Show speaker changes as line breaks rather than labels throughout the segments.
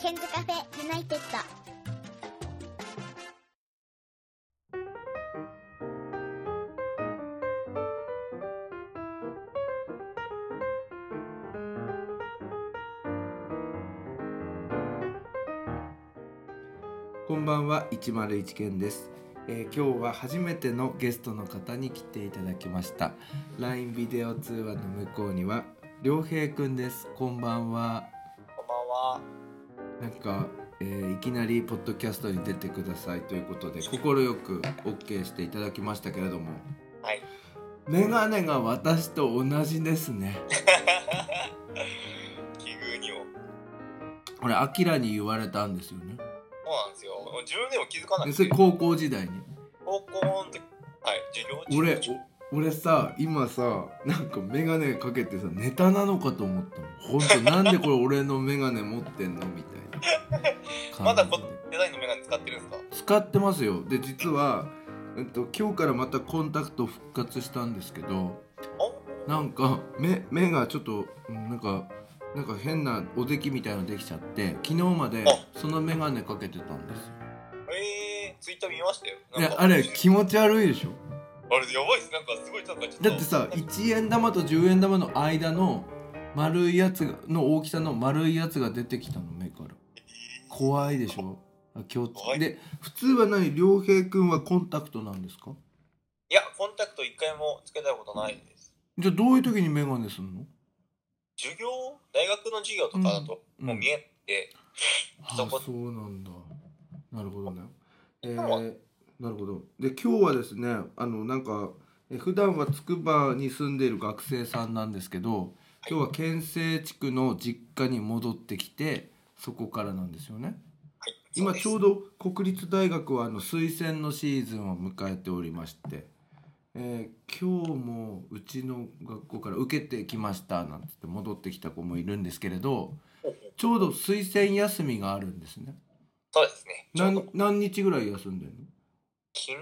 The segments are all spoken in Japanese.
ケンズカフェユナイテッド。
こんばんは101件です、えー今日は初めてのゲストの方に来ていただきました LINE ビデオ通話の向こうには良平くんですこんばんは
こんばんは。
なんか、えーいきなりポッドキャストに出てくださいということで快く OK していただきましたけれども
はい。
メガネが私と同じですね
奇遇にも。
これアキラに言われたんですよね
そうなんですよ。もう自分でも気づかな
で
く
それ
て。
高校時代に
高校の時、はい、授業中
俺お俺さ今さなんか眼鏡かけてさネタなのかと思ったのほんとなんでこれ俺の眼鏡持ってんのみたいな
まだ
感
こ
じで
デザインのメガネ使ってるんですか
使ってますよで実は、えっと、今日からまたコンタクト復活したんですけど
お
なんか目目がちょっとうんなんかなんか変なおできみたいのできちゃって昨日までその眼鏡かけてたんですよ
えー、ツイッター見ましたよ。
い
なん
や
か
あれ気持ち悪いでしょ
あれやばいっす。なんかすごい、なんかちょっと。
だってさ1円玉と10円玉の間の丸いやつがの大きさの丸いやつが出てきたの目から怖いでしょあ共通
怖い
で普通は何良平くんはコンタクトなんですか
いや、コンタクト一回もつけたことないです。
じゃあどういう時に眼鏡するの
授業大学の授業とかだと、
うん
もう見えなくて、
あ
そこ
そうなんだなるほどねえ
今は
ー、なるほどで今日はですねあのなんかえ普段は筑波に住んでいる学生さんなんですけど今日は県西地区の実家に戻ってきてそこからなんですよね
はい、
今ちょう
ど。
ど国立大学はあの推薦のシーズンを迎えておりまして、えー今日もうちの学校から受けてきましたなんつって戻ってきた子もいるんですけれどちょうど推薦休みがあるんですね
そうですね。ちょうど
何何日ぐらい休んでる
昨日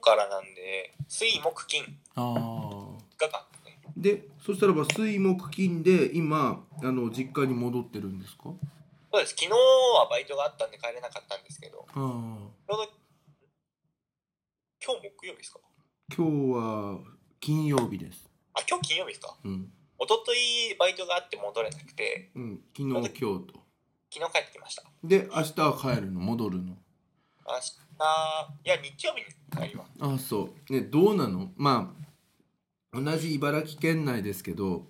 からなんで、水、木、金
のああ
がかですね。
でそしたらば水木金で今あの実家に戻ってるんですか
そうです。昨日はバイトがあったんで帰れなかったんですけど、
ああ
ちょうど今日木曜日ですか
今日は金曜日です
あ、今日金曜日ですか
うん、
一昨日バイトがあって戻れなくて、
うん、昨日今日と
昨日帰ってきました。
で明日は帰るの戻るの
明日、いや、日曜日に帰ります。
あそうねどうなのまあ同じ茨城県内ですけど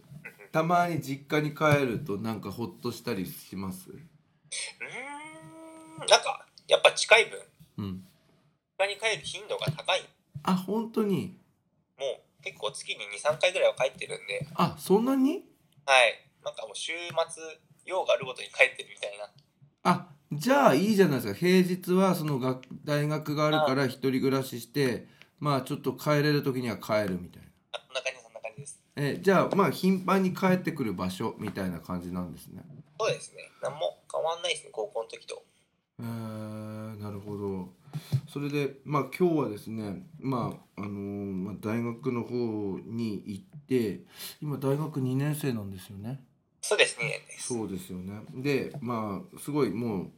たまに実家に帰るとなんかほっとしたりします
うーん、なんか、やっぱ近い分、
うん
他に帰る頻度が高い。
あ本当に
もう結構月に2、3回ぐらいは帰ってるんで、
あそんなに
はい。なんかもう週末、用があるごとに帰ってるみたいな。
あじゃあいいじゃないですか平日はその学大学があるから一人暮らししてまあちょっと帰れる時には帰るみたいな
あそんな感じ、そんな感じです。
えじゃあまあ頻繁に帰ってくる場所みたいな感じなんですね
そうですね。なんも変わんないですね、高校の時と。
えーなるほどそれでまあ今日はですねまああのーまあ、大学の方に行って今大学2年生なんですよね
そうです、2年です。
そうですよねでまあすごいも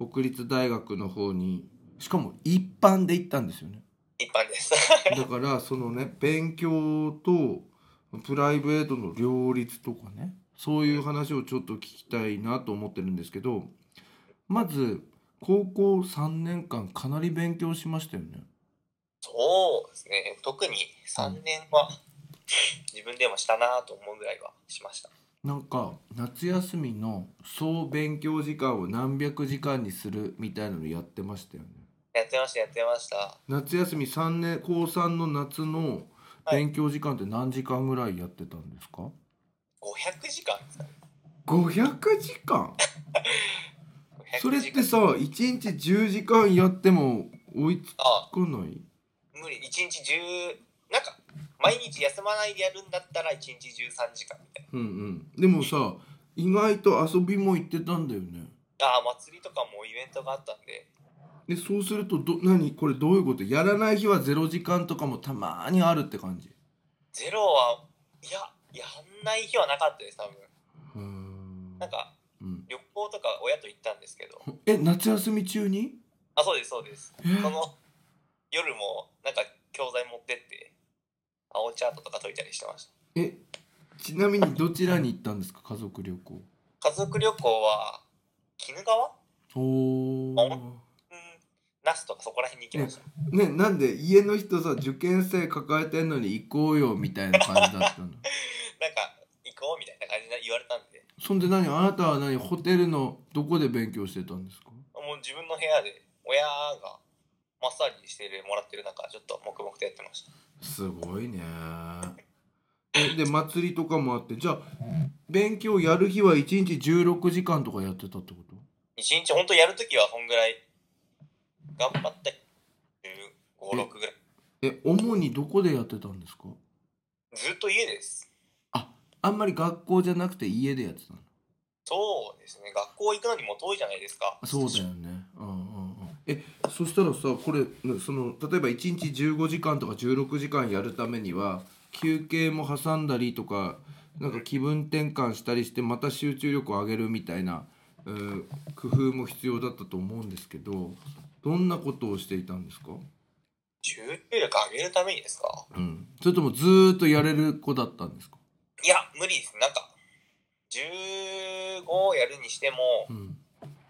う国立大学の方にしかも一般で行ったんですよね
一般 です。
だからそのね勉強とプライベートの両立とかねそういう話をちょっと聞きたいなと思ってるんですけどまず高校3年間かなり勉強しましたよね。
そうですね。特に3年は自分でもしたなと思うぐらいはしました。
なんか夏休みの総勉強時間を何百時間にするみたいなのやってましたよね。
やってました、やってました。
夏休み3年高3の夏の勉強時間って何時間ぐらいやってたんですか、
500時間ですかね。
500時間
500
それっ
時
て
間
さ1日10時間やっても追いつ
あ
かない
無理。1日10、なんか、毎日休まないでやるんだったら1日13時間みたい
うんうんでもさ意外と遊びも行ってたんだよね
な。ああ、祭りとかもイベントがあったんで、
でそうするとど何これどういうことやらない日は0時間とかもたまーにあるって感じ
ゼロは、いや、やんない日はなかったです、多分。
うーん
なんか、
うん
旅行とか親と行ったんですけど、
え夏休み中に
あ、そうです、そうです。
えー
その夜もなんか教材持ってって、青チャートとか解いたりしてまし
えちなみにどちらに行ったんですか家族旅行
た。家族旅行は、鬼怒川
おお
うん、那須とかそこら辺に行きました。
ねなんで家の人さ受験生抱えてんのに行こうよみたいな感じだったの
なんか行こうみたいな感じで言われたんで、
そんで何あなたは何ホテルのどこで勉強してたんですか
もう自分の部屋で親がマッサージしてもらってる中、ちょっと黙々とやってました。
すごいねえで祭りとかもあってじゃあ勉強やる日は1日16時間とかやってたってこと
一日本当やるときはそんぐらい頑張って15、6ぐらい。
え主にどこでやってたんですか
ずっと家です。
ああんまり学校じゃなくて家でやってたの
そうですね。学校行くのにも遠いじゃないですか。
そうだよね。うんうんうん。え、そしたらさ、これねその例えば一日15時間とか16時間やるためには休憩も挟んだりとか、なんか気分転換したりしてまた集中力を上げるみたいな、えー工夫も必要だったと思うんですけど、どんなことをしていたんですか？
集中力上げるためにですか
うん。それともずーっとやれる子だったんですか？
いや、無理です。なんか、15やるにしても
う、ん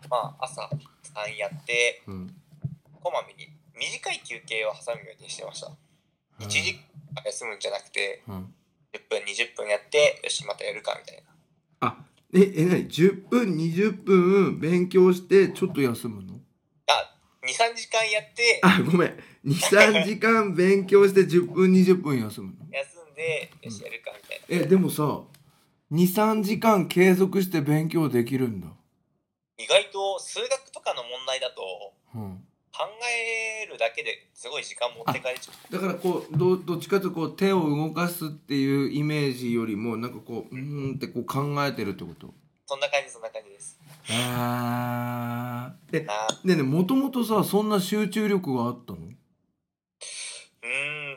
まあ、朝3やって、
うん。
こまめに短い休憩を挟むようにしてました。1時間休むんじゃなくて、
うん。
10分、20分やって、よし、またやるかみたいな。
あ、ええ何？10分20分勉強してちょっと休むの？
あ、2、3時間やって、
あ、ごめん。2、3時間勉強して10分、20分休むの。
休んで、よし、やるかみたいな。
え、でもさ、2、3時間継続して勉強できるんだ。
意外と数学とかの問題だと、
うん。
考えるだけですごい時間持ってかれちゃう。
だからこう、どどっちかというとこう手を動かすっていうイメージよりも、なんかこう、うーんってこう考えてるってこと。
そんな感じ、そんな感じです。
あー。え、ね
な
えねえ、もともとさ、そんな集中力があったの
うーん、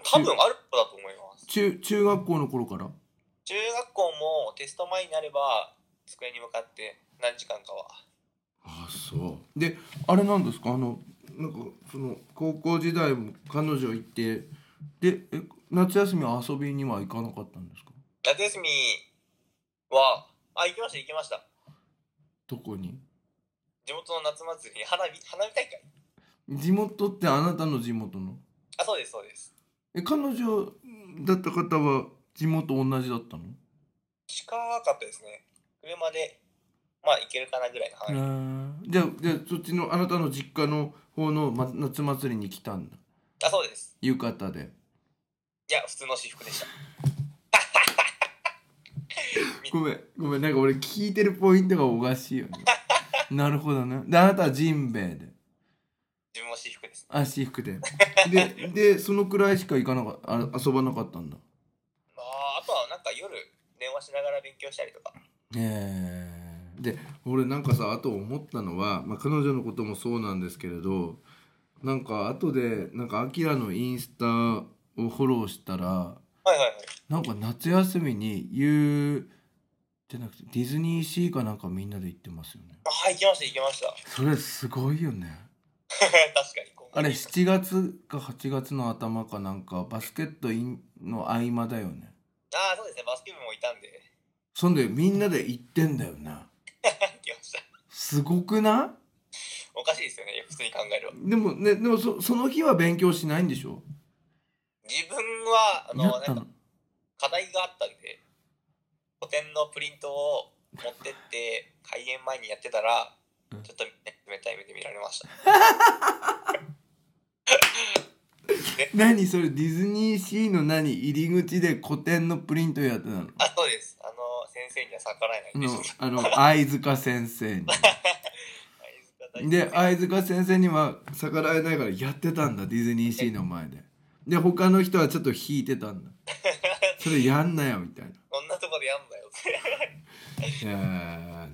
多分ある子だと思います。
中、中学校の頃から
中学校もテスト前になれば机に向かって何時間かは
あそうであれなんですかあのなんかその高校時代も彼女いてでえ夏休みは遊びには行かなかったんですか
夏休みはあ行きました行きました
どこに
地元の夏祭り花火花火大会
地元ってあなたの地元の
あそうですそうです
え彼女だった方は地元同じだったの
近かったですね車でまあ行けるかなぐらいの範囲、
へーじゃあじゃあそっちのあなたの実家の方の、ま、夏祭りに来たんだ
あそうです
浴衣で
いや普通の私服でした
ごめんごめんなんか俺聞いてるポイントがおかしいよねなるほどねであなたはジンベエで
自分も私服です
あ私服でででそのくらいしか行かなかったあ遊ばなかったんだ
まああとはなんか夜電話しながら勉強したりとか
へえで俺なんかさあと思ったのは、まあ、彼女のこともそうなんですけれどなんか後でなんかアキラのインスタをフォローしたら
はいはいはい
なんか夏休みに U じゃなくてディズニーシーかなんかみんなで行ってますよね
あ行きました行きました
それすごいよね
確かに
あれ7月か8月の頭かなんかバスケットインの合間だよね
ああそうですねバスケ部もいたんで
そんでみんなで行ってんだよな
行きました
すごくな
おかしいですよね普通に考えれ
い
ば
でもねでもそその日は勉強しないんでしょ
自分はあの
やっ
な
た
んか
の
課題があったんで古典のプリントを持ってって開演前にやってたら
うん
ちょっと冷たい目で見られました
何それディズニーシーの何入り口で古典のプリントやってたの
あそうですあの先生には逆らえないんで
の
す
あ の貝塚先生にで貝塚先生には逆らえないからやってたんだディズニーシーの前でで他の人はちょっと引いてた んだそれやんなよみたいな
こんなとこでやんだよって
へえ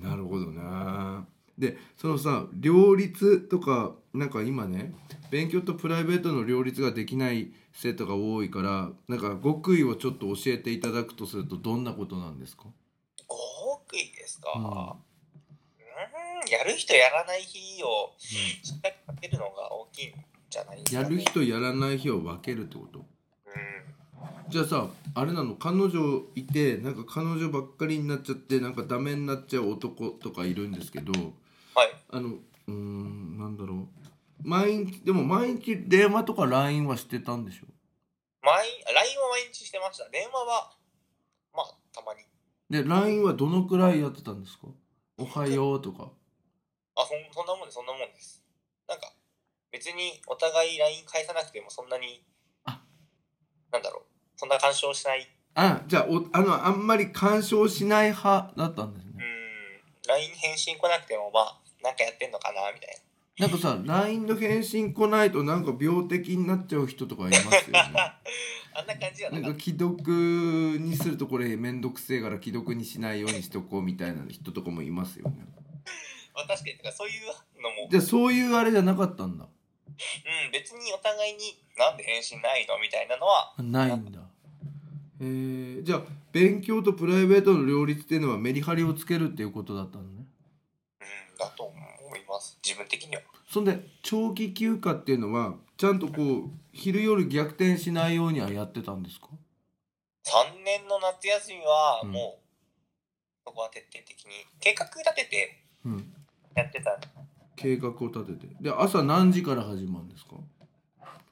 なるほどなでそのさ両立とかなんか今ね勉強とプライベートの両立ができない生徒が多いからなんか極意をちょっと教えていただくとするとどんなことなんですか
5億位ですか、うーんやる人やらない日をしっかりかけるのが大きいんじゃないですか、
や
ね、
る日とやらない日を分けるってこと
うん
じゃあさあれなの彼女いてなんか彼女ばっかりになっちゃってなんかダメになっちゃう男とかいるんですけど
はい
あのうーんなんだろう毎日でも毎日電話とか LINE はしてたんでしょ
毎 LINE は毎日してました電話はまあたまに
で LINE はどのくらいやってたんですかおはようとか
あそんそんなもんですそんなもんですなんか別にお互い LINE 返さなくてもそんなに
あ
なんだろうそんな干渉しない
あじゃあおあのあんまり干渉しない派だったんです
う
ね
ん LINE 返信来なくてもまあなんかやってんのかなみたいな
なんかさ LINE の返信来ないとなんか病的になっちゃう人とかいますよね
あんな感じは
な
なんか
か
った
既読にするとこれ面倒くせえから既読にしないようにしとこうみたいな人とかもいますよね
まあ確かにてかそういうのも
じゃあそういうあれじゃなかったんだ
うん別にお互いになんで返信ないのみたいなのは
あないんだえー、じゃあ勉強とプライベートの両立っていうのはメリハリをつけるっていうことだったのね
うんだと思います自分的には
そんで長期休暇っていうのはちゃんとこう昼夜逆転しないようにはやってたんですか
3年の夏休みは
うん
もう、そこは徹底的に計画立てて
うん
やってたんで
計画を立ててで朝何時から始まるんですか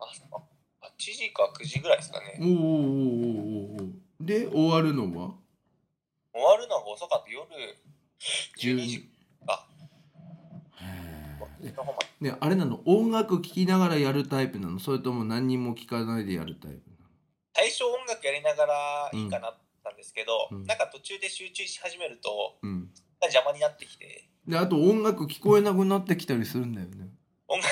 朝8時か9時ぐらいですか
お
ね
ーおーおーおーおーおーで終わるのは
終わるのが遅かった夜12時か
へー
の方まで
ねあれなの音楽聴きながらやるタイプなのそれとも何にも聴かないでやるタイプ
最初音楽やりながらいいかなってたんですけど、
うん
なんか途中で集中し始めると
なのうん
邪魔になってきて
であと音楽聞こえなくなってきたりするんだよね
音楽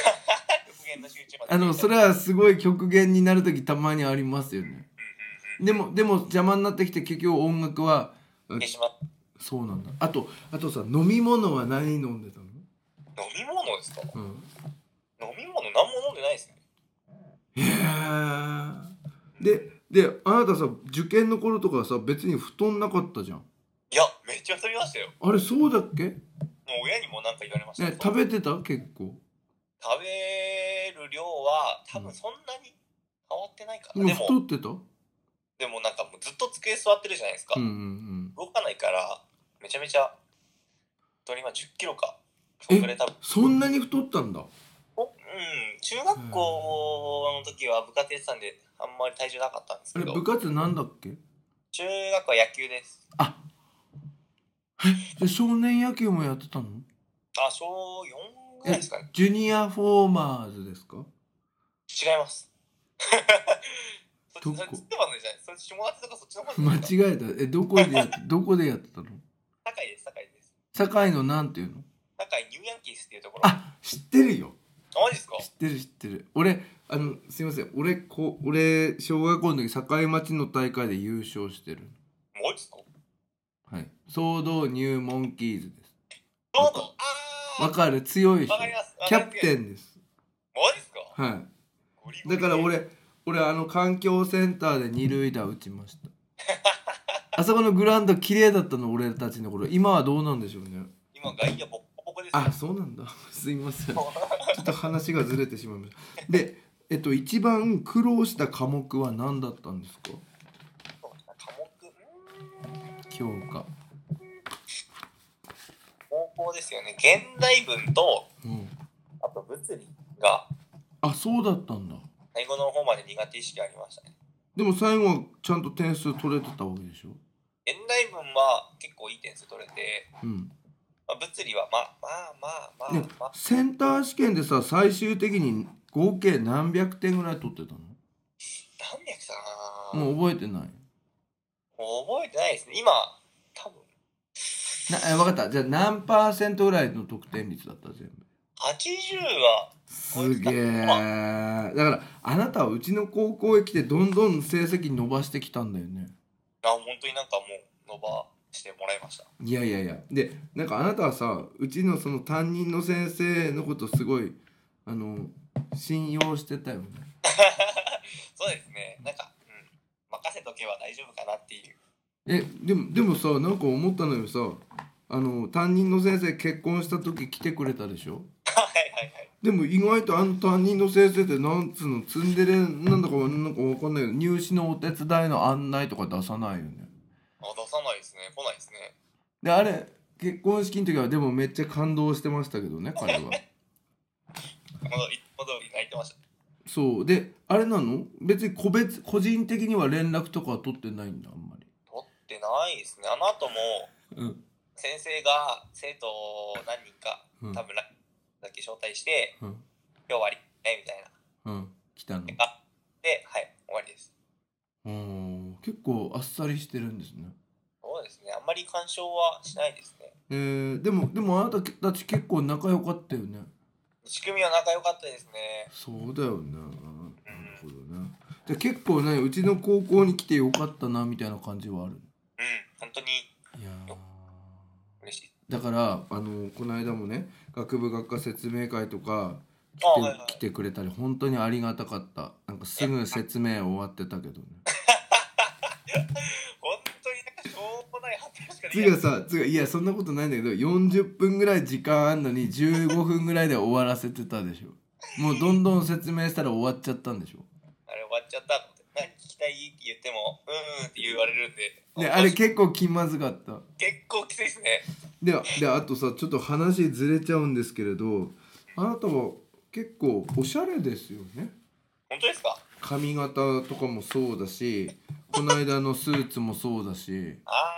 極限の集中まで
あのそれはすごい極限になる時たまにありますよね
うんうんうん
でもでも邪魔になってきて結局音楽はうん
消しま
そうなんだあとあとさ飲み物は何飲んでたの
飲み物ですか飲
うん
み物何も飲んでないですね
へえでであなたさ受験の頃とかさ別に布団なかったじゃん
いやめっちゃ遊びましたよ
あれそうだっけ、ね、
もう親にもなんか言われました、
食べてた結構
食べる量は多分そんなに変わってないか
で
な、
も
で
太
も
ってた
でもなんかもうずっと机座ってるじゃないですか、
うんうんうん
動かないからめちゃめちゃ本当に今1 0キロかそ
え
んぐらい多分
そんなに太ったんだ
おうん中学校の時は部活やってたんであんまり体重なかったんです
あ
け
れ
ど
部活なんだっけ
中学は野球です
じゃあ少年野球もやってたの
あ小4ぐらいですかね
ジュニアフォーマーズですか
違いますそっ
ど
ち
こ
そっちの番組じゃないそっち友達とかそっちの方
間
じゃないですか
違えたえどこで やっどこでやってたの
堺です堺です
堺のなんていうの
堺ニューヤンキースっていうところあ
あ知ってるよ
マジですか
知ってる知ってる俺あのすいません俺こ俺小学校の時堺町の大会で優勝してる
もう一個
はい総動入モンキーズです
どうぞあ
わ
ー
かる強いでしょ
わかりますわ
キャ
かります
プテンです
マジですか
は
ゴリ
い
ゴリ
だから俺俺あの環境センターで二塁打打ちま したあそこのグラウンド綺麗だったの俺たちの頃今はどうなんでしょうね
今外野ボッコボコですよ
あそうなんだ すいませんちょっと話がずれてしまいましたでえっと一番苦労した科目は何だったんですか
科目うーん
教科
高校ですよね現代文と
うん
あと物理が
あそうだったんだ
最後の方まで苦手意識ありましたね
でも最後はちゃんと点数取れてたわけでしょ
現代文は結構いい点数取れて、
うん
まあ、物理はまあまあまあまあ
ね
まあ、
センター試験でさ最終的に合計何百点ぐらい取ってたの
何百さん
もう覚えてない
もう覚えてないですね今多分
なえ分かったじゃあ何パーセントぐらいの得点率だった全部
80は
すげえだからあなたはうちの高校へ来てどんどん成績伸ばしてきたんだよね
あ本当になんかもう伸ばしてもらいました
いやいやいやでなんかあなたはさうちのその担任の先生のことすごいあの信用してたよね
そうですね。なんか、うん、任せとけば大丈夫かなっていう。
えでもでもさなんか思ったのよさあの担任の先生結婚した時来てくれたでしょ
はいはいはい。
でも意外とあの担任の先生ってなんつうのツンデレなんだかなんかわかんないけど入試のお手伝いの案内とか出さないよね
あ、出さないですね。来ないですね。
であれ結婚式の時はでもめっちゃ感動してましたけどね彼 は
まだ、まだ泣いてました。
そうであれなの別に個別個人的には連絡とかは取ってないんだあんまり
取ってないですね。あの後も、
うん
先生が生徒を何人か、
うん
多分、ラだけ招待して、
うん
今日終わりね、みたいな。
うん来たの
あ、で、はい、終わりです。
うん結構あっさりしてるんですね
そうですね。あんまり干渉はしないですね。
えー、でもでもあなたたち結構仲良かったよね
仕組みは仲良かったですね。
そうだよねなるほどねで結構ねうちの高校に来てよかったなみたいな感じはある
うん、本当に
いやー
嬉しい。
だからあのこの間もね学部学科説明会とか来て,、
あはいはい
来てくれたり本当にありがたかったなんかすぐ説明終わってたけどね
本当になんかしょうもない発表しかでき
次
な
が
い。
さ次がいやそんなことないんだけど40分ぐらい時間あんのに15分ぐらいで終わらせてたでしょもうどんどん説明したら終わっちゃったんでしょ
あれ終わっちゃったと思って。何聞きたいって言っても、うーんって言われるんで。
であれ結構気まずかった
結構きついですね。
でであとさちょっと話ずれちゃうんですけれどあなたは結構おしゃれですよね
本当ですか
髪型とかもそうだしこの間のスーツもそうだし
あー。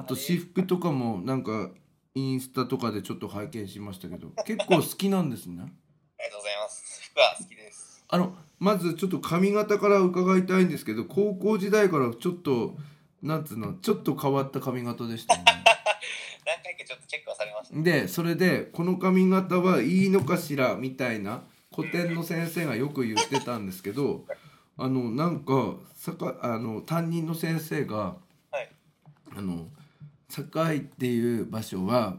あと私服とかもなんかインスタとかでちょっと拝見しましたけど結構好きなんですね
ありがとうございます。服は好きです。
あのまずちょっと髪型から伺いたいんですけど高校時代からちょっとなんつうのちょっと変わった髪型でしたよね
何回かちょっとチェックはされました。
でそれでこの髪型はいいのかしらみたいな古典の先生がよく言ってたんですけどあのなんかさかあの担任の先生が、
はい
あの堺っていう場所は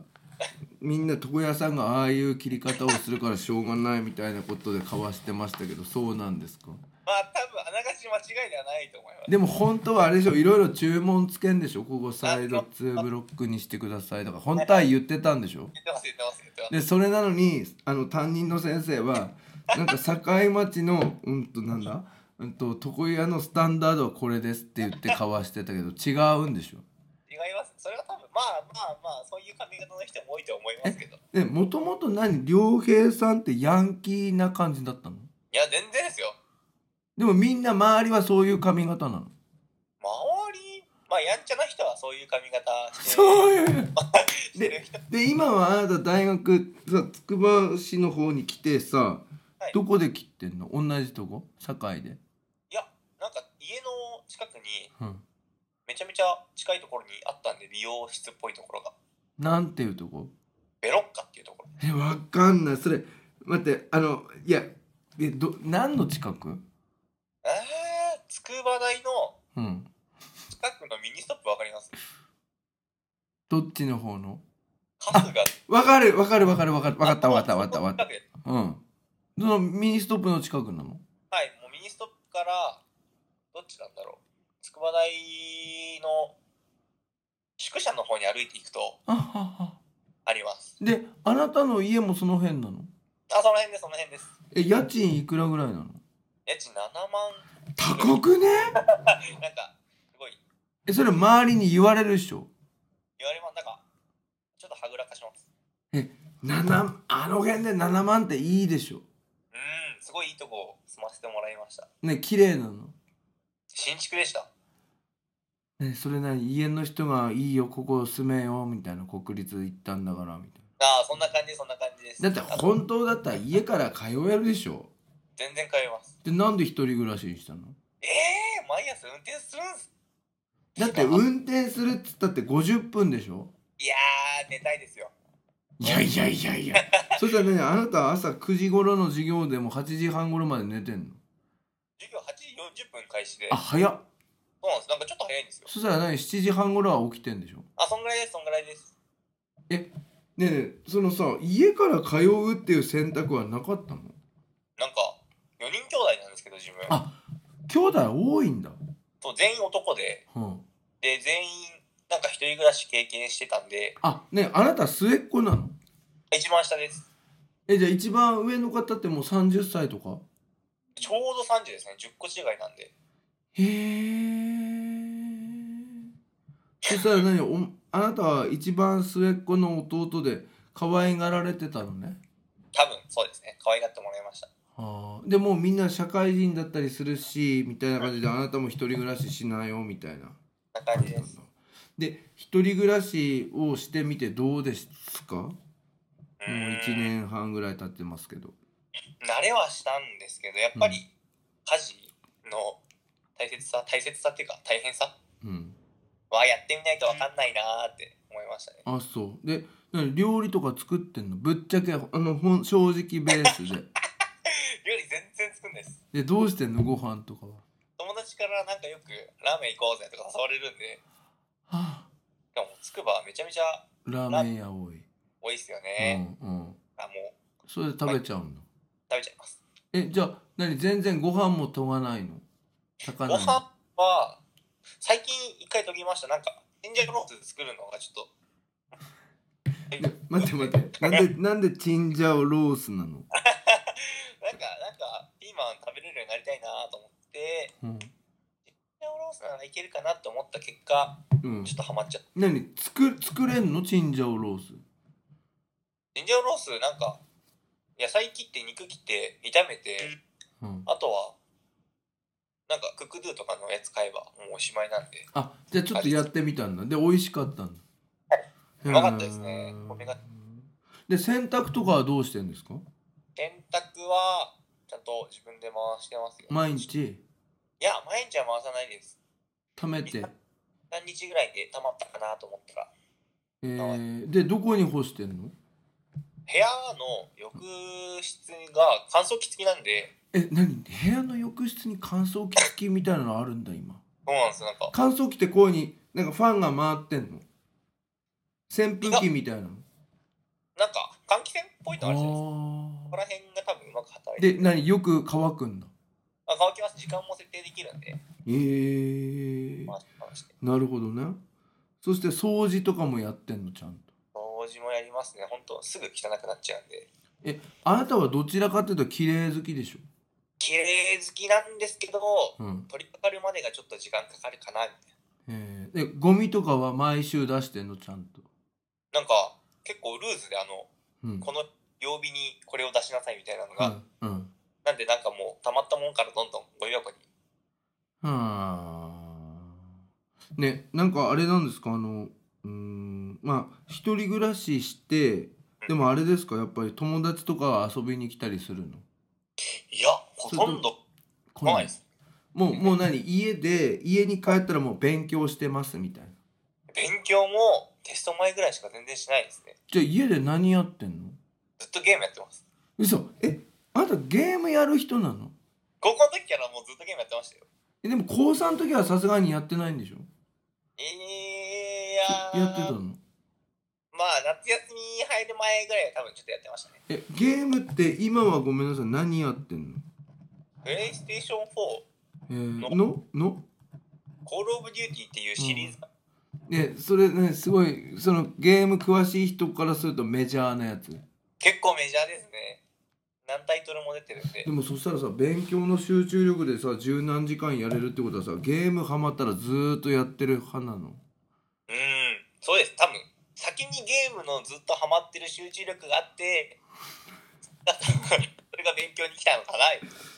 みんな床屋さんがああいう切り方をするからしょうがないみたいなことで交わしてましたけどそうなんですか
まあ多分、あながち間違いではないと思います。
でも本当はあれでしょいろいろ注文つけんでしょここサイド2ブロックにしてくださいとか本当は言ってたんでしょ
言ってます、言ってます、言ってます。
でそれなのにあの担任の先生はなんか堺町のうんとなんだうんと床屋のスタンダードはこれですって言って交わしてたけど違うんでしょ
違います。それは多分、まあまあまあ、そういう髪型の人も多いと思いますけど。い
でもともと何良平さんってヤンキーな感じだったの
や、全然ですよ。
でもみんな周りはそういう髪型なの
周り、まあ、やんちゃな人はそういう髪型して
そういう
してる人
で今はあなた大学さつくば市の方に来てさ、
はい
どこで切ってんの同じとこ堺で、
いやなんか家の近くに
うん、
めちゃめちゃ近いところにあったんで美容室っぽいところが
なんていうとこ
ベロッカっていうところ
えわかんないそれ待ってあのいやえど何の近く
えー、筑波大の
うん
近くのミニストップわかります
どっちの方の
春日
わかるわかるわかるわかるわかったわかったわかったわ
わ
かっ
ったは
たうんそのミニストップの近くなの
いもうミニストップからどっちなんだろう筑波大の宿舎の方に歩いていくと
あはは
あります
であなたの家もその辺なの
あその辺ですその辺です
え家賃いくらぐらいなの
家賃7万
高くね
なんかすごい
えそれ周りに言われるでしょ
言われますなんかちょっとはぐらかします
7あの辺で7万っていいでしょ
うんすごいいいとこ住ませてもらいました
ね綺麗なの
新築でした
ねそれなに家の人がいいよここ住めよみたいな国立行ったんだからみたいな
ああそんな感じそんな感じです
だって
あ
本当だったら家から通えるでしょ
全然通います
でなんで一人暮らしにしたの
ええ毎朝運転するんす
だって運転するっつったって50分でしょ
いやー寝たいですよ
いやいやいやいやそしたらねあなた朝9時頃の授業でも8時半頃まで寝てんの
授業8時40分開始で
あ早っ
そうなんですなんかちょっと早いんですよ
そしたら何7時半頃は起きてんでしょ
あそんぐらいですそんぐらいです
ねえねえそのさ家から通うっていう選択はなかったの
なんか4人兄弟なんですけど自分
あ兄弟多いんだ
そう全員男で
うん
で全員なんか一人暮らし経験してたんで、
あねあなた末っ子なの
一番下です。
えじゃあ一番上の方ってもう30歳とか
ちょうど30ですね。10個違いなんで。
へえそしたら何おあなたは一番末っ子の弟で可愛がられてたのね
多分そうですね。可愛がってもらいました。
あーでもうみんな社会人だったりするしみたいな感じであなたも一人暮らししないよみたいな
こんな感じです。
で一人暮らしをしてみてどうですかもう
う
1
ん
年半ぐらい経ってますけど
慣れはしたんですけど、やっぱり家事の大切さ、大切さっていうか大変さ
うん
はやってみないとわかんないなーって思いましたね。
あそうで何料理とか作ってんのぶっちゃけあのほん正直ベースで
料理全然作んないです。
でどうしてんのご飯とかは、は
友達からなんかよくラーメン行こうぜとか誘われるんで、
あ、
しかもつくばめちゃめちゃ
ラーメン屋多い、
多いですよね。
うんうん
あもう
それで食べちゃうの、
食べちゃいます。
えじゃあ何全然ご飯もとがないの
ご
魚
飯は最近一回研ぎました。なんかチンジャオロース作るのがちょっと。
ね待って待ってなんでなんでチンジャオロースなの、
なんかなんかピーマン食べれるようになりたいなと思って、
うん
チンジャオロースならいけるかなと思った結果、
うん
ちょっとハマっちゃった。
何作作れんのチンジャオロース
チンジャオロースなんか野菜切って肉切って炒めて、
うん
あとはなんかクックドゥとかのやつ買えばもうおしまいなんで。
あじゃあちょっとやってみたんだで美味しかったんだ
うまかったですね
うん
これが
で洗濯とかはどうしてんですか
洗濯はちゃんと自分で回してますよ。
毎日
いや、毎日は回さないです。
貯めて、
何日ぐらいで溜まったかなと思ったら、
えー、でどこに干してんの
部屋の浴室が乾燥機付きなんで、
え何部屋の浴室に乾燥機付きみたいなのあるんだ今
そうなんですよ、なんか、
乾燥機ってこういうになんかファンが回ってんの扇風機みたいなの
なんか換気扇っぽいのあるじゃないですか。ここ
あ
ら辺が多分うまく働い
ー
て
で何よく乾くんだ
あ乾きます。時間も設定できるんで、
えー、
回して回して。
なるほどねそして掃除とかもやってんのちゃんと
掃除もやりますね。ほんと、すぐ汚くなっちゃうんで。
あなたはどちらかというと綺麗好きでしょ
綺麗好きなんですけど、
うん、
取り掛かるまでがちょっと時間かかるかな、みたい
えー、でゴミとかは毎週出してんのちゃんと、
な。なんか、結構ルーズで、あの、
うん
この曜日にこれを出しなさいみたいなのが、
うんうん
なんでなんかもう、溜まったもんからどんどんゴミ箱に
はあねなんかあれなんですかあのうーんまあ一人暮らししてでもあれですかやっぱり友達とか遊びに来たりするの
いや、ほとんど
来
来ないです。
もうもう何家で家に帰ったらもう勉強してますみたいな
勉強もテスト前ぐらいしか全然しないですね。
じゃあ家で何やってんの
ずっとゲームやってます。
嘘えあなたゲームやる人なの
高校の時からもうずっとゲームやってましたよ。
えでも高3の時はさすがにやってないんでしょ
いやー
やってたの
まあ、夏休みに入る前ぐらいは多分ちょっとやってましたね。
えゲームって今はごめんなさい何やってんの
プレイステーション4、コ
えー、のの
ールオブデューティーっていうシリーズが、
ねそれねすごいそのゲーム詳しい人からするとメジャーなやつ
結構メジャーですね。何タイトルも出てるんで
で。もそしたらさ勉強の集中力でさ十何時間やれるってことはさゲームハマったらずーっとやってる派なの
うん、そうです。多分先にゲームのずっとハマってる集中力があって、 それが勉強に来たのか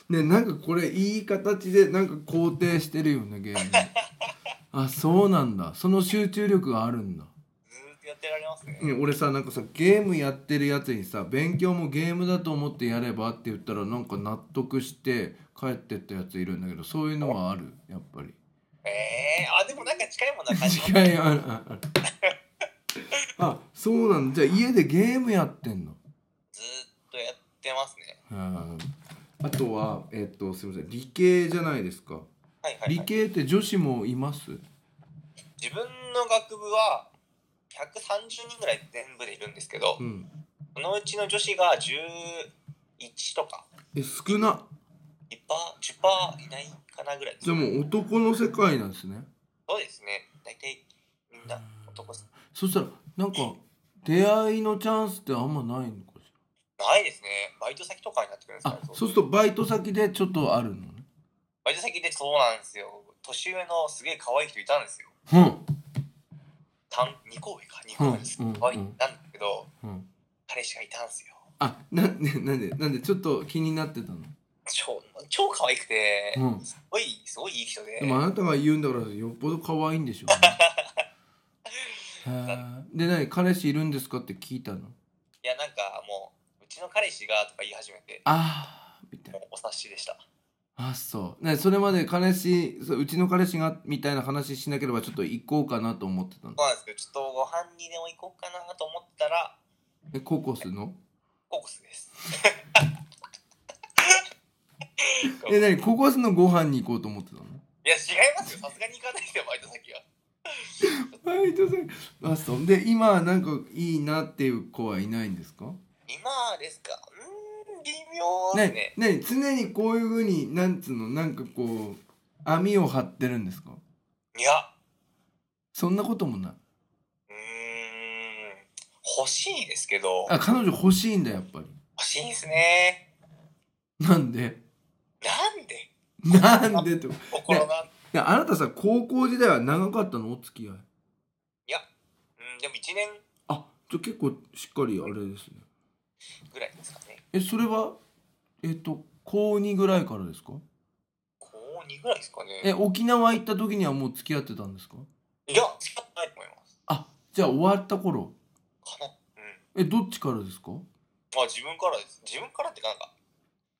な。
ねなんかこれいい形でなんか肯定してるよねゲームあそうなんだその集中力があるんだ、
ずーっとやってられますね。
ね、俺さなんかさゲームやってるやつにさ勉強もゲームだと思ってやればって言ったらなんか納得して帰ってったやついるんだけどそういうのはあるやっぱり
ええあ、でもなんか近いもんな感じ。
違いあるあるあるあそうなんだじゃあ家でゲームやってんの
ずーっとやってますね。
うんあとはえっとすみません理系じゃないですか
はいはい、
理
はい。
系って女子もいます
自分の学部は130人ぐらい全部でいるんですけど
う、ん
そのうちの女子が11とか、
え少な
1パー、10パーいないかなぐらいです。
じゃあもう男の世界なんですね
そうですね。大体みんな男です
そしたらなんか出会いのチャンスってあんまないのかし
ないですねバイト先とかになってくるんです
ら
か
あ
ね
そうするとバイト先でちょっとあるのね
バイト先でそうなんですよ年上のすげえ可愛い人いたんですよ
うん
2個上か2個上です
うん
可愛い
うん
なんだけど
うん
彼氏がいたんですよ
あな ねなんでなんでちょっと気になってたの
超超可愛くて、
うん
すごいすごいいい人で
でもあなたが言うんだからよっぽど可愛いんでしょう ねへえで何彼氏いるんですかって聞いたの
いやなんかもううちの彼氏がとか言い始めて
ああみたい
も
な
うお察しでした
あそうねそれまで彼氏そううちの彼氏がみたいな話しなければちょっと行こうかなと思ってたの
そうなんですけどちょっとご飯にでも行こうかなと思ったら
えココスの
ココスです
え何ココスのご飯に行こうと思ってたの
いや違いますよさすがに行かないですよバイト先は
バイト先あそうで今なんかいいなっていう子はいないんですか
今ですかうーん微妙で
ね
すね
ね常にこういうふうになんつうのなんかこう網を張ってるんですか
いや
そんなこともないう
ーん欲しいですけど
あ彼女欲しいんだやっぱり
欲しいですね
なんで
なんで
なんでってい
心が、
やあなたさ高校時代は長かったのお付き合い
うんでも1年
あじゃあ結構しっかりあれですね
ぐらいですかね
えそれはえっと高2ぐらいからですか
高2ぐらいですかね
え沖縄行った時にはもう付き合ってたんですか
いや仕方ないと思います
あじゃあ終わった頃
かなうん
えどっちからですか
まあ自分からです自分からってかなんか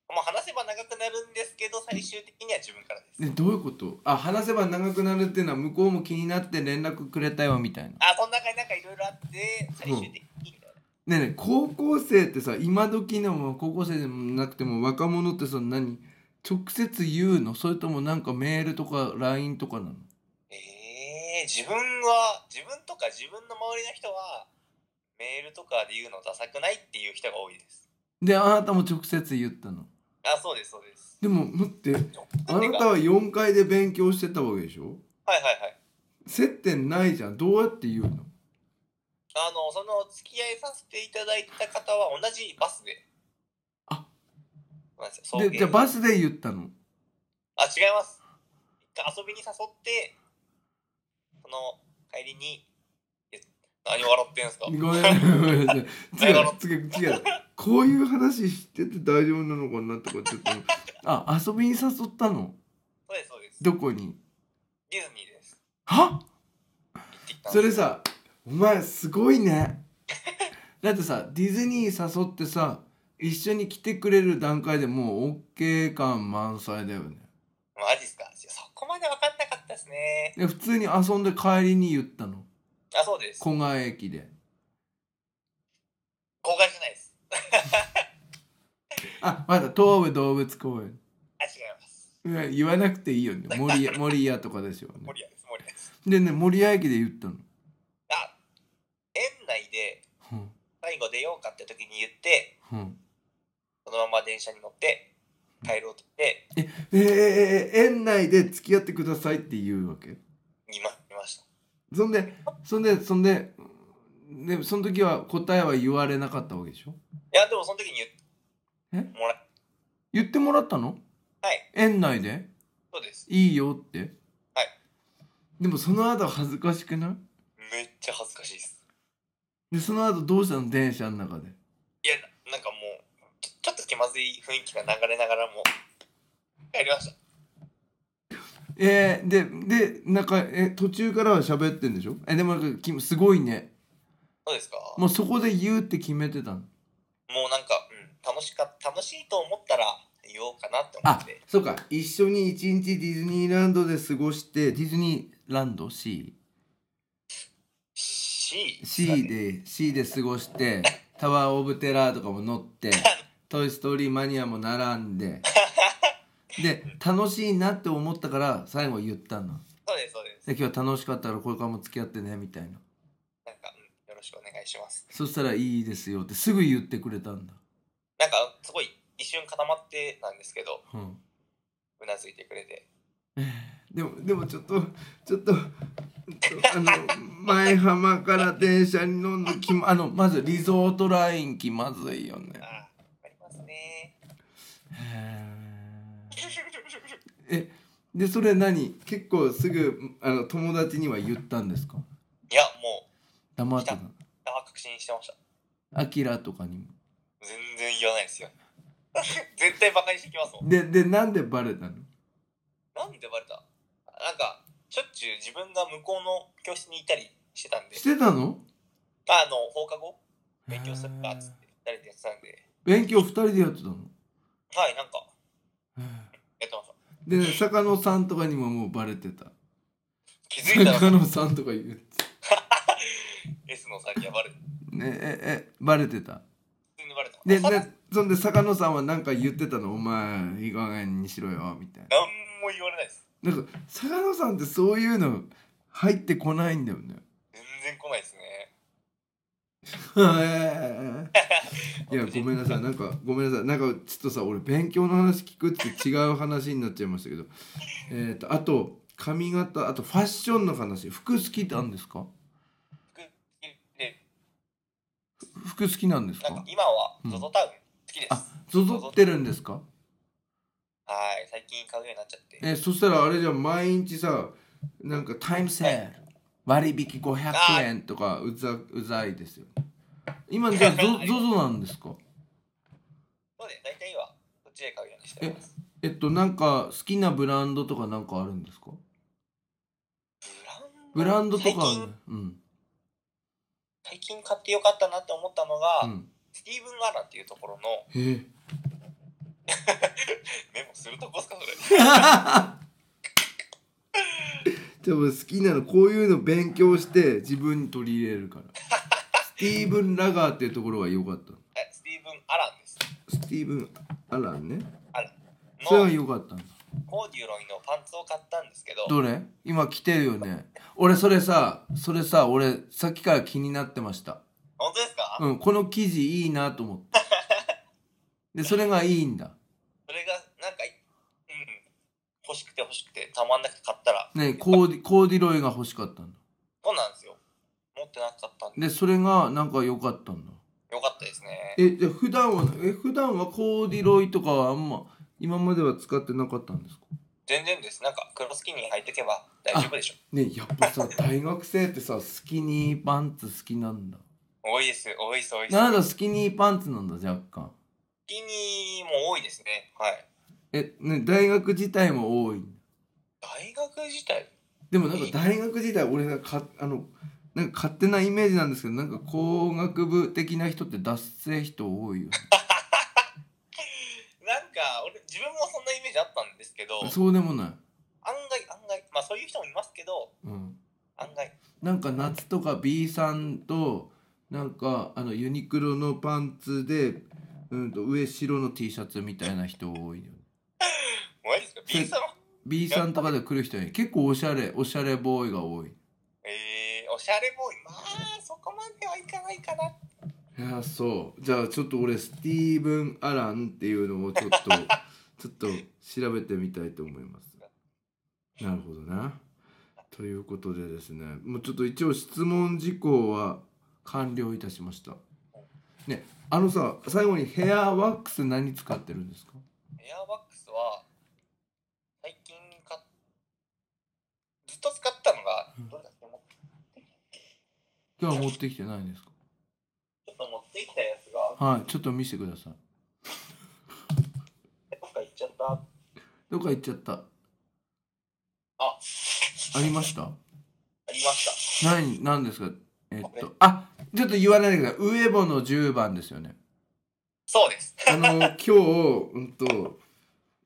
まあ話せば長くなるんですけど最終的には自分からです、
ねどういうことあ話せば長くなるっていうのは向こうも気になって連絡くれたよみたいなね
あその中になんかいろいろあって最終的にみたいな
えねえ高校生ってさ今時のもう高校生でもなくても若者ってさ何直接言うのそれともなんかメールとか LINE とかなの
えー、自分は自分とか自分の周りの人はメールとかで言うのダサくないっていう人が多いです
であなたも直接言ったの
あそうですそうです
でも待ってあ
て
なた
か
は4階で勉強してたわけでしょ
はいはいはい
接点ないじゃんどうやって言うの
あのその付き合いさせていただいた方は同じバスで
あ
そうなんですよ送迎
でじゃあバスで言ったの
あ違います一回遊びに誘ってその帰りにえ何笑ってんすか
ごめんなさいごめんなさい違
謝ろ
う違う違うこういう話してて大丈夫なのかなとかちょっとあ遊びに誘ったの
そうですそうですデ
どこに
ィズニーです
は
行ってきたん
そ
です
れさお前すごい ねだってさディズニー誘ってさ一緒に来てくれる段階でもう OK 感満載だよね
マジっすかいやそこまで分かんなかったですね
で普通に遊んで帰りに言ったの
あそうです
古賀駅で
公開じゃないです
あまだ東武動物公園
あ違います
いや言わなくていいよ ね森屋森屋とかですよね
森谷です森谷です
でね森屋駅で言ったの、
あ園内で
うん
最後出ようかって時に言って
うん、
そのまま電車に乗って帰ろうとして
ええええ園内で付き合ってくださいって言うわけ
見ま見ました
そんでそんでそんででその時は答えは言われなかったわけでしょ
いやでもその時に言っ
え
もら
言ってもらったの
はい
園内で
そうです
いいよって
はい
でもその後恥ずかしくない
めっちゃ恥ずかしいです
でその後どうしたの電車の中で
いや、ななんかもうちょ、ちょっと気まずい雰囲気が流れながらも、帰りました。
えー、ででなんかえ途中からは喋ってんでしょえでもなんかきすごいね
そうですか
も
も
うそこで言うって決めてたの
うなんか、うん、楽しか、楽しいと思ったら言おうかなって思
あ
って、
そうか一緒に一日ディズニーランドで過ごしてディズニーランド C?C
C、
で C で過ごしてタワー・オブ・テラーとかも乗って「トイ・ストーリー・マニア」も並んでで楽しいなって思ったから最後言ったの
そうです、そうです。
で今日楽しかったからこれからも付き合ってねみたいな
なんか、うん、よろしくお願いします。
そしたら「いいですよ」ってすぐ言ってくれたんだ
なんか、すごい一瞬固まってなんですけど、
うん
うなずいてくれて。
でもでもちょっとちょっとあの前浜から電車に乗んのきまあのまずリゾートライン気まずいよね
あーわかりますね。
へええでそれ何結構すぐあの友達には言ったんですか
いや、もう、
黙ってた
あー確信してました。
アキラとかにも
全然言わないですよ。 絶対バカにしてきますもん。
ででなんでバレたの
なんでバレたなんか、しょっちゅう自分が向こうの教室にいたりしてたんで
し、てたの
あの、放課後、勉強するかっつって、誰でやってたんで、
勉強二人でやってたの
はい、なんか、
へ
やってました。
えで坂野さんとかにももうバレてた
気づいた
坂
ら、
野さんとか言う
S の先はバレた。
ねえええバレてた
全然バレた。
で
さ
でそんで坂野さんは何か言ってたの「お前いい加減にしろよ」みたいな
なんも言われないです。
なんか坂野さんってそういうの入ってこないんだよね
全然来ないですね。
へ えいやごめんなさいなんかごめんなさいなんかちょっとさ俺勉強の話聞くって違う話になっちゃいましたけどえっとあと髪型あとファッションの話服好きなんですか
服で、
服好きなんです
なんか
か
今は ZOZO タウン好きです。
あゾゾってるんですか
はい、最近買うようになっちゃって。
えそしたらあれじゃん毎日さなんかタイムセール割引500円とかうざうざいですよ今じゃあゾゾゾなんですか
そうで、大体はこっちで買うようにしてます。
えっとなんか好きなブランドとかなんかあるんですかブランドとかあるうん
最近、最近買ってよかったなって思ったのが、
うん
スティーブン・ララっていうところの、
へえ
メモするとこっすか、それ。
でも好きなのこういうの勉強して自分に取り入れるからスティーブン・ラガーっていうところが良かった
えスティーブン・アランです。
スティーブン・アランね
アラン
それが
の
良かったの
コーデュロイのパンツを買ったんですけど、
どれ今着てるよね俺それさそれさ俺さっきから気になってました
本当ですか、
うんこの生地いいなと思ってでそれがいいんだ
それが、なんか、うん、欲しくて欲しくて、たまんなくて買ったら、
ねコーディコーディロイが欲しかったんだ
そうなんですよ。持ってなかったんで、
でそれがなんか良かったんだ
よかったですね。
えじゃあ普段はえ普段はコーディロイとかはあんま今までは使ってなかったんですか
全然です。なんか、黒スキニー履いてけば大丈夫でしょ。
ねやっぱさ 大学生ってさスキニーパンツ好きなんだ
多いです、多いです、多いです。
なんだスキニーパンツなんだ若干
スキニーも多いですね。はい。
え、ね、大学自体も多い
大学自体
でもなんか大学時代俺がかあのなんか勝手なイメージなんですけどなんか工学部的な人って脱製人多いよね
なんか、俺、自分もそんなイメージあったんですけど、案
そうでもない、
外、案外、まあそういう人もいますけど、
うん、
案外、
なんか夏とか B さんとなんかあのユニクロのパンツで、うん、と上白の T シャツみたいな人多いよね
もういいですか ?B さんは
B さんとかで来る人に結構おしゃれおしゃれボーイが多い
えー、おしゃれボーイ。まあ、そこまではいかないかな。
いやーそうじゃあちょっと俺スティーブン・アランっていうのをちょっとちょっと調べてみたいと思いますなるほどなということでですねもうちょっと一応質問事項は完了いたしましたねあのさ最後にヘアワックス何使ってるんですか
エアワックスは、最近買っずっと使ったのが、どれだっけもう
今日は持ってきてないんです
ちょっと持ってきたやつが、
かはいちょっと見せてください
どっか行っちゃった。
どっか行っちゃったあ
あ、
りました
ありました。
何何ですかえっとあちょっと言わないでくださいウエボの10番ですよね
そうです。
あの今日うんと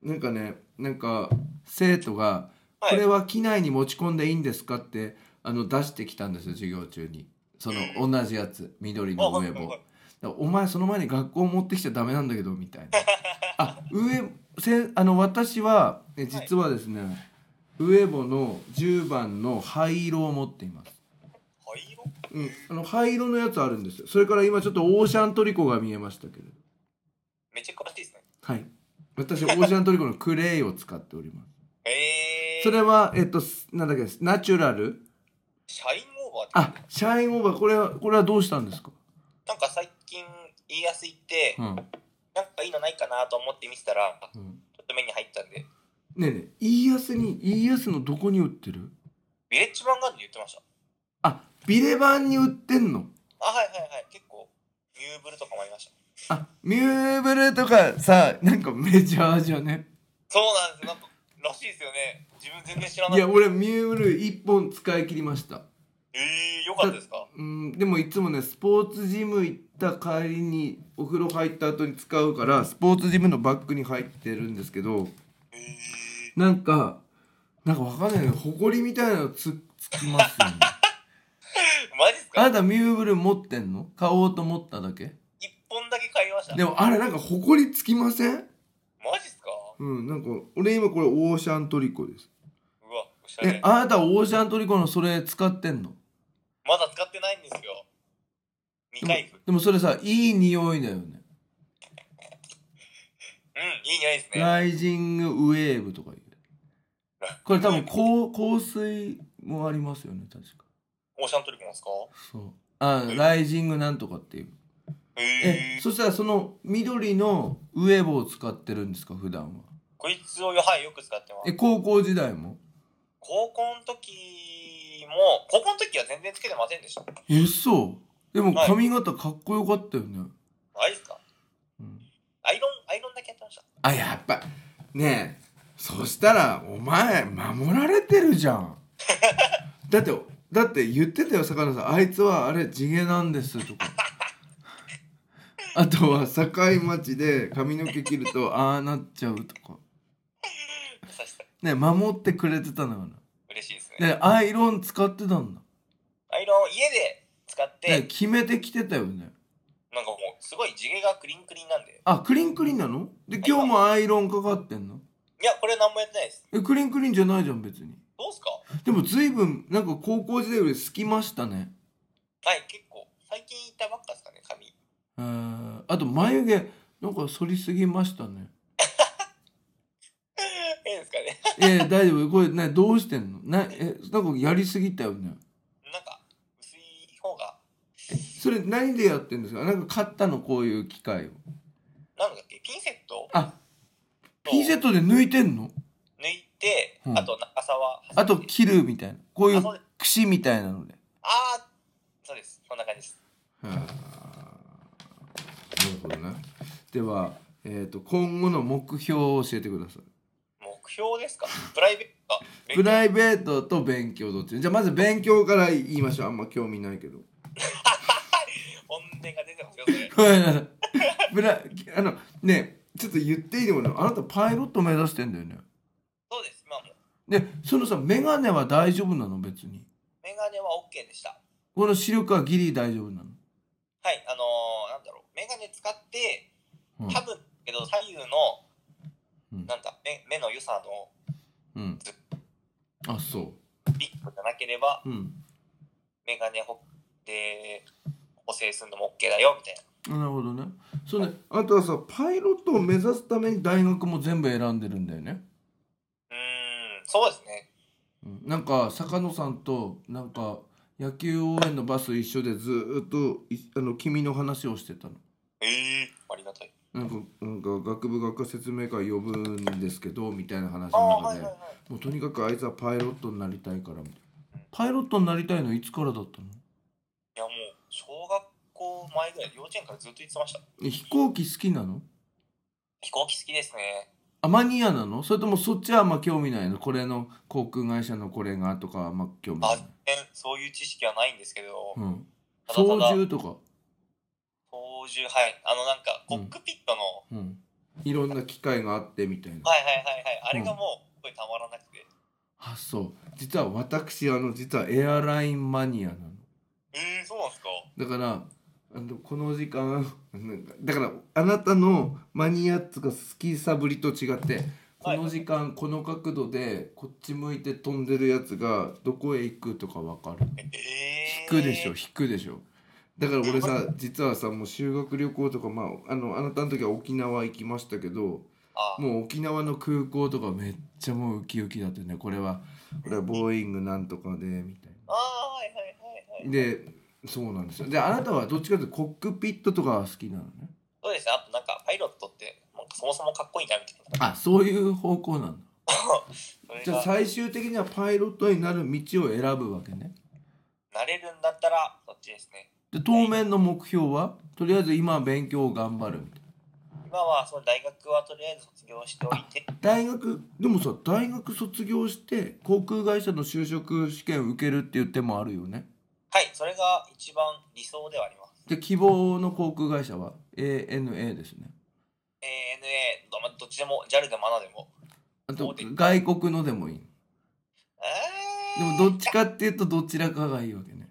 なんかねなんか生徒が「
はい
これは機内に持ち込んでいいんですか?」ってあの出してきたんですよ授業中にその同じやつ緑
あ
の
は
ウ
い
エ
はい
ボ
はい
だからお前その前に学校持ってきちゃダメなんだけどみたいなあ上せあの私はえ実はですね、ウエボの10番の灰色を持っています
灰色
うん、あの灰色のやつあるんですよそれから今ちょっとオーシャントリコが見えましたけれど
めっちゃ詳しいですね。
はい私オーシャントリコのクレイを使っております
えー、
それはえっとすなんだっけナチュラル
シャインオーバーっ
あ
て
シャインオーバーこれはこれはどうしたんですか、
なんか最近言いやすいって、
うん
なんかいいのないかなと思って見てたらちょ
うん、
っと目に入ったんで
ねえねえ家康に家康のどこに売ってる
ビレッジヴァンガードで言ってました
あビレ版に売ってんの
あはいはいはい結構ミューブルとかもありました
あミューブルとかさなんかメジャーじゃね
そうなんですなんからしいですよね自分全然知らないい
や俺ミューブル1本使い切りました
えー、よかったですか
うんでもいつもねスポーツジム行った帰りにお風呂入った後に使うからスポーツジムのバッグに入ってるんですけど
え
なんかなんかわかんないけどほこりみたいなのつつきます よね
ー、マジです
あ
か
なたミューブル持ってんの買おうと思っただけ
一本だけ買いました
でもあれなんかほこりつきません
マジですか
うんなんか俺今これオーシャントリコです
うわおしゃ
え
れ
あなたオーシャントリコのそれ使ってんの
まだ使ってないんですよ未開封
でもそれさいい匂いだよね
うんいい匂いですね
ライジングウェーブとかいうこれ多分香香水もありますよね確か
オーシャントリコなんですか
そうあライジングなんとかっていう
え
え
ー、
そしたらその緑のウェーブを使ってるんですか普段は
こいつをよはいよく使ってま
え
す
高校時代も
高校の時も高校の時は全然つけてませんでした
えそうでも
はい
髪型かっこよかったよね、
マジですか
うん、
アイロンアイロンだけやってました
あやっぱねえそしたらお前守られてるじゃ んだってだって言ってたよ坂野さんあいつはあれ地毛なんですと かあとは境町で髪の毛切るとああなっちゃうとか
優しさ
ね守ってくれてたのよ
嬉しいですね
なねアイロン使ってたんだ、
アイロンを家で使って、
ね、決めてきてたよね
なんかもうすごい地毛がクリンクリンなんで
あクリンクリンなので今日もアイロンかかってんの
いやこれ何もやってないです
えクリンクリンじゃないじゃん別に
どうすかは
でも随分なんか高校時代より好きましたね
い結構最近行ったばっかですかね髪
えーあと眉毛なんか剃りすぎました ね。
いいですかね
えー、大丈夫これねどうしてんの？なえなんかやりすぎたよね。
なんか薄い方が
それ何でやってんですか？なんか買ったのこういう機械を。
なんだっけピンセットを
あ、ピンセットで抜いてんの？
抜いて、
うん
あと中沢
あと切るみたいなこういう
あそうです
櫛みたいなので。
ああそうですそんな感じです
はあなるほどね。ではえっ、と今後の目標を教えてください。
目標ですかプライベートか
プライベートと勉強どっち？じゃあまず勉強から言いましょう。あんま興味ないけど。
本音が出てますよそれ
ごめんなさい。ブラ、あの、ねえ、ちょっと言っていいでもね、あなたパイロット目指してんだよね。
そうですまあもう
で、そのさ、メガネは大丈夫なの別に。
メガネは OK でした
この視力はギリ大丈夫なの。
はいあのー、なんだろうメガネ使って
うん
多分けど左右の
うん
なんだ目目の良さの
うん。あ、そ
ビッグじゃなければ
う。うん。
メガネほで補正するのも OK だよみたいな
なるほどね。そうね、あとはさ、パイロットを目指すために大学も全部選んでるんだよね。
うーんそうですね
うんなんか坂野さんとなんか野球応援のバス一緒でずーっといあの君の話をしてたの。
ええありがたい
なんかなんか学部学科説明会呼ぶんですけどみたいな話
ああ
の
は
中
い
で、
はいはい
もうとにかくあいつはパイロットになりたいからみたいなパイロットになりたいのいつからだったの
いやもう小学校前ぐらい幼稚園からずっと言ってました
え飛行機好きなの
飛行機好きですね
あマニアなのそれともそっちはあんま興味ないのこれの航空会社のこれがとかはあんま興味な
あ
い、
全然そういう知識はないんですけど、
うん、
ただた
操
だ
縦とか、
操縦はいあのなんかコックピットの、
うん、いろんな機会があってみたいな
はいはいはいはいあれがもうすごいたまらなくて
あそう実は私あの実はエアラインマニアなの
ええそうなんですか
だからあのこの時間なんかだからあなたのマニアッツが好きさぶりと違ってこ
はい
の時間この角度でこっち向いて飛んでるやつがどこへ行くとかわかる
ええ
引くでしょ引くでしょだから俺さ実はさもう修学旅行とかまああのあなたの時は沖縄行きましたけど
あ
もう沖縄の空港とかめっちゃもうウキウキだってねこれはこれはボーイングなんとかでみたいな
あはいはいはいはい。
でそうなんですよであなたはどっちかというとコックピットとかは好きなのね
そうですね。あとなんかパイロットって、なんかそもそもかっこいいなみたいな。
あそういう方向なんだ
それ
じゃあ
が
最終的にはパイロットになる道を選ぶわけね
慣れるんだったらそっちですね。
で当面の目標はとりあえず今は勉強を頑張るみたいな
今はその大学はとりあえず卒業しておいて、
大学でもさ大学卒業して航空会社の就職試験受けるっていう手もあるよね
はい、それが一番理想ではあります。
で希望の航空会社は ANA ですね
ANA、どまどっちでも、JAL でも ANA でも。
あと外国のでもいい
え
で
ー
もどっちかっていうとどちらかがいいわけね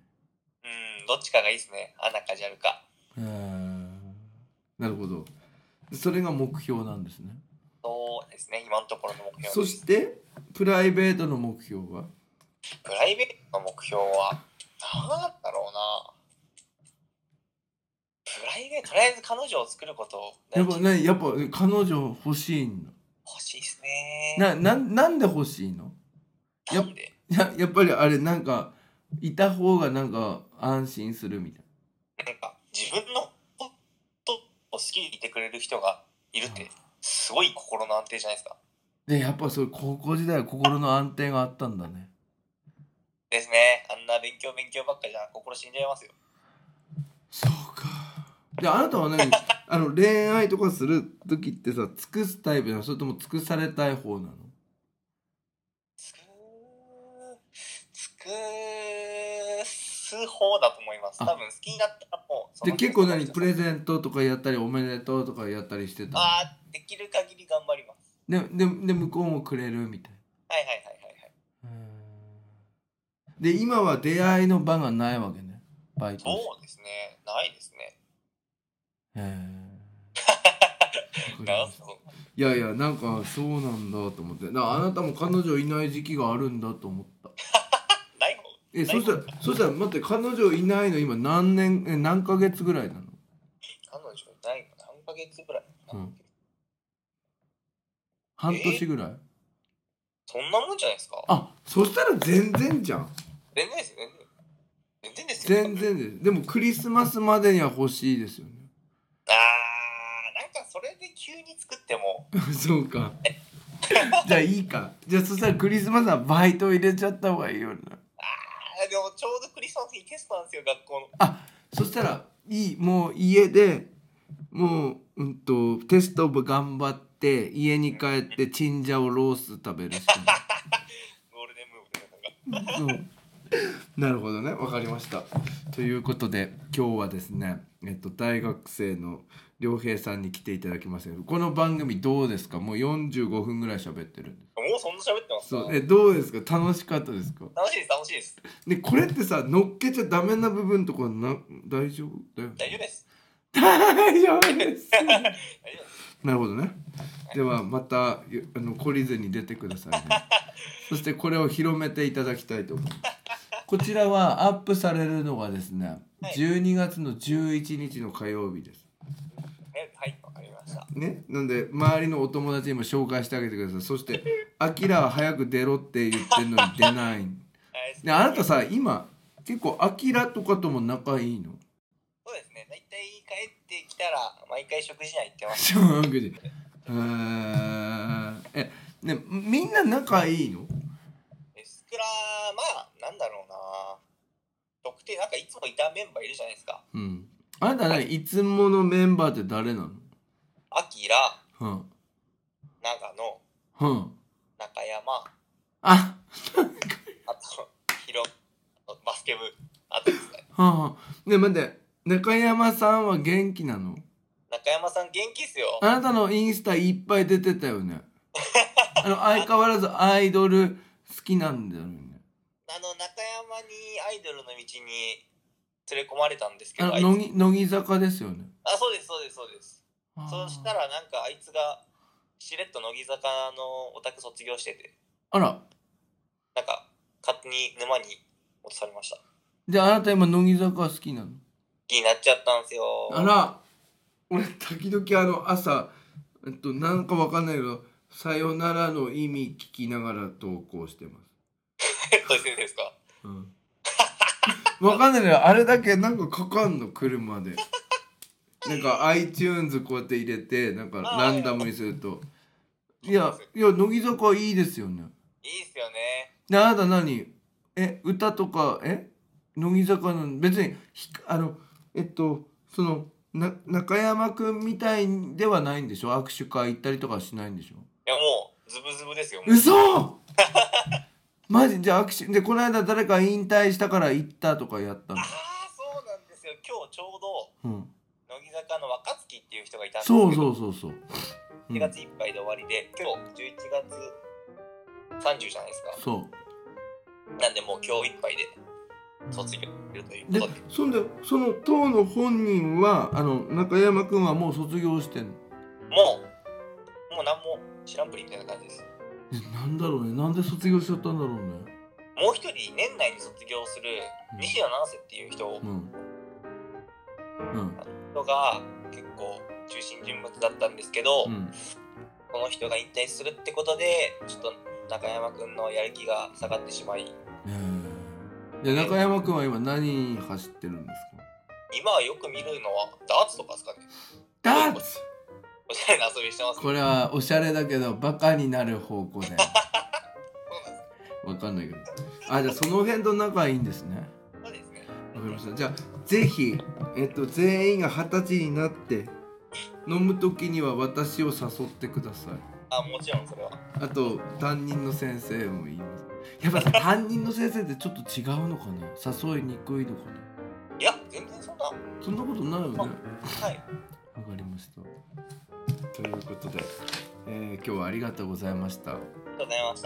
うん、どっちかがいいですね。ANA か JAL か。
へーなるほどそれが目標なんですね
そうですね、今のところの目標
そ
です。
してプライベートの目標は
プライベートの目標は、なんだろうな。プライベート、とりあえず彼女を作ることを
や
大
っぱ
事に
ねやっぱ彼女欲しいんだ
欲しいですね。
なななんで欲しいの や
なんで
いややっぱりあれなんかいた方がなんか安心するみたい
なんか自分のことを好きでいてくれる人がいるってすごい心の安定じゃないですか。
なでやっぱそれ高校時代は心の安定があったんだね
ですね。あんな勉強勉強ばっかじゃ心死んじゃいますよ。
そうかであなたは何あの恋愛とかする時ってさ尽くすタイプなのそれとも尽くされたい方なの
つくつくす方だと思います。多分好きになったらもうそ
で
の
結構何プレ
ン
ゼントとかやったりおめでとうとかやったりしてた
あーできる限り頑張ります。
ででで向こうもくれるみたい
はいはいはいはいはい。
なで今は出会いの場がないわけねバイトして
そうですね。ないですね。
へえわかり
な
ま
る
した
ほど
いやいやなんかそうなんだと思ってなあなたも彼女いない時期があるんだと思った
ない方
え
ない
そしたらそしたら待って彼女いないの今何年え何ヶ月ぐらいなの
彼女いないの何ヶ月ぐらい、
うん半年ぐらい、
そんなもんじゃないですか
あそしたら全然じゃん
全然ですよ、全然。全然ですよ。
全。然ですでもクリスマスまでには欲しいですよね
あー、なんかそれで急に作っても、
そうかじゃあいいかじゃあそしたらクリスマスはバイト入れちゃった方がいいよな
あー、でもちょうどクリスマスにテストなんですよ、学校の。
そしたらいいもう家でもう、うん、とテストを頑張って家に帰ってチンジャオロース食べるしかない
ゴールデンムーブでなんか。
うんなるほどねわかりましたということで今日はですね、えっと、大学生の良平さんに来ていただきましたけどこの番組どうですかもう45分ぐらい喋ってるんで
もうそんな喋ってます
すそう
か
えどうですか楽しかったですか
楽しいです、楽しいです。
でこれってさ乗っけちゃダメな部分とかな大丈夫だよね
大丈夫です。
大丈夫です
大丈夫で す。
なるほどね。ではまたよあの懲りずに出てくだ さいね。そしてこれを広めていただきたいと思います。こちらはアップされるのがですね、
はい
12月の11日の火曜日です。
はいはい、わかりました。
ね、なんで周りのお友達にも紹介してあげてください。そして「アキラは早く出ろ」って言ってるのに出ない。
はい
であなたさ今結構アキラとかとも仲いいの。
そうですね、大体帰ってきたら、毎回食事には行ってます。
小学時。うーんえねみんな仲いいの
エスクラ、まあ、なんだろうな。特定、なんかいつもいたメンバーいるじゃないですか。
うん、あなたねいつものメンバーって誰なの
アキラ、
うん
長野、
うん
中山、
あ
あと、ヒロ、バスケ部、あとですね、
うんうんね待って中山さんは元気なの
中山さん元気っすよ。
あなたのインスタいっぱい出てたよ ねあの相変わらずアイドル好きなんだよね
あの、中山にアイドルの道に連れ込まれたんですけ
あ
ど、あ
の
い
乃
つ
木乃木坂ですよね
あそうです、そうです、そうです。そうした
あー
ら、なんかあいつが、しれっと乃木坂のオタク卒業してて、
あら
なんか、勝手に沼に落とされました。
じゃああなた今乃木坂好きなの
気になっちゃったんですよ。
あ ら俺時々あの朝、えっと、なんかわかんないけど「さよなら」の意味聞きながら投稿してます
そうですねですか。
うんわかんないけどあれだけなんかかかんの車でなんか iTunes こうやって入れてなんかランダムにするといやいや乃木坂いいですよね
いいっすよね。
であなた何え歌とかえ乃木坂の別にひあのえっとそのな中山くんみたいではないんでしょ握手会行ったりとかはしないんでしょ
いや、もう、ズブズブですよ。も う
嘘マジじゃあ握手でこの間誰か引退したから行ったとかやったの
あ、あ、そうなんですよ。今日ちょうど、
うん、
乃木坂の若月っていう人がいたんですけど、
そうそうそうそう、うん
1月いっぱいで終わりで、今日11月30じゃないですか。
そ
なんで、もう今日いっぱいで卒業するという
うで
ことで。
そんでその当の本人はあの中山くんはもう卒業してんの
もう、もう何も知らんぷりみたいな感じです。
えなんだろうねなんで卒業しちゃったんだろうね
もう一人、年内に卒業する西野七瀬っていう人
うんうん
が結構中心人物だったんですけど、
うん
この人が引退するってことでちょっと中山くんのやる気が下がってしまい
えー、で中山くんは今何走ってるんですか
今はよく見るのはダーツとかですかね
ダーツ
おしゃれな遊びしてます
これはおしゃれだけどバカになる方 向で
そうなんで
わかんないけどあじゃあその辺と仲いいんですね
すそうですね
わかりました。じゃあぜひえっと全員が二十歳になって飲む時には私を誘ってください。
あもちろんそれは
あと担任の先生も言います。やっぱさ担任の先生ってちょっと違うのかな。誘いにくいのかな。
いや全然そんなは
そんなことないよね。わか
い
りました。ということで、えー今日はありがとうございました。
ありがとうございまし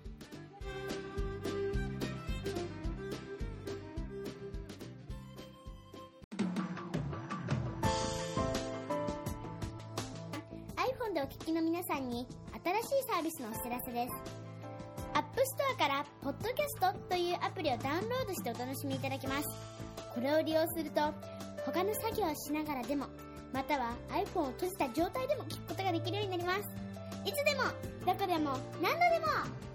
iPhone でお聞きの皆さんに新しいサービスのお知らせです App Store から「Podcast」というアプリをダウンロードしてお楽しみいただけますこれを利用すると他の作業をしながらでもまたは iPhone を閉じた状態でも聞くことができるようになりますいつでもどこでも何度でも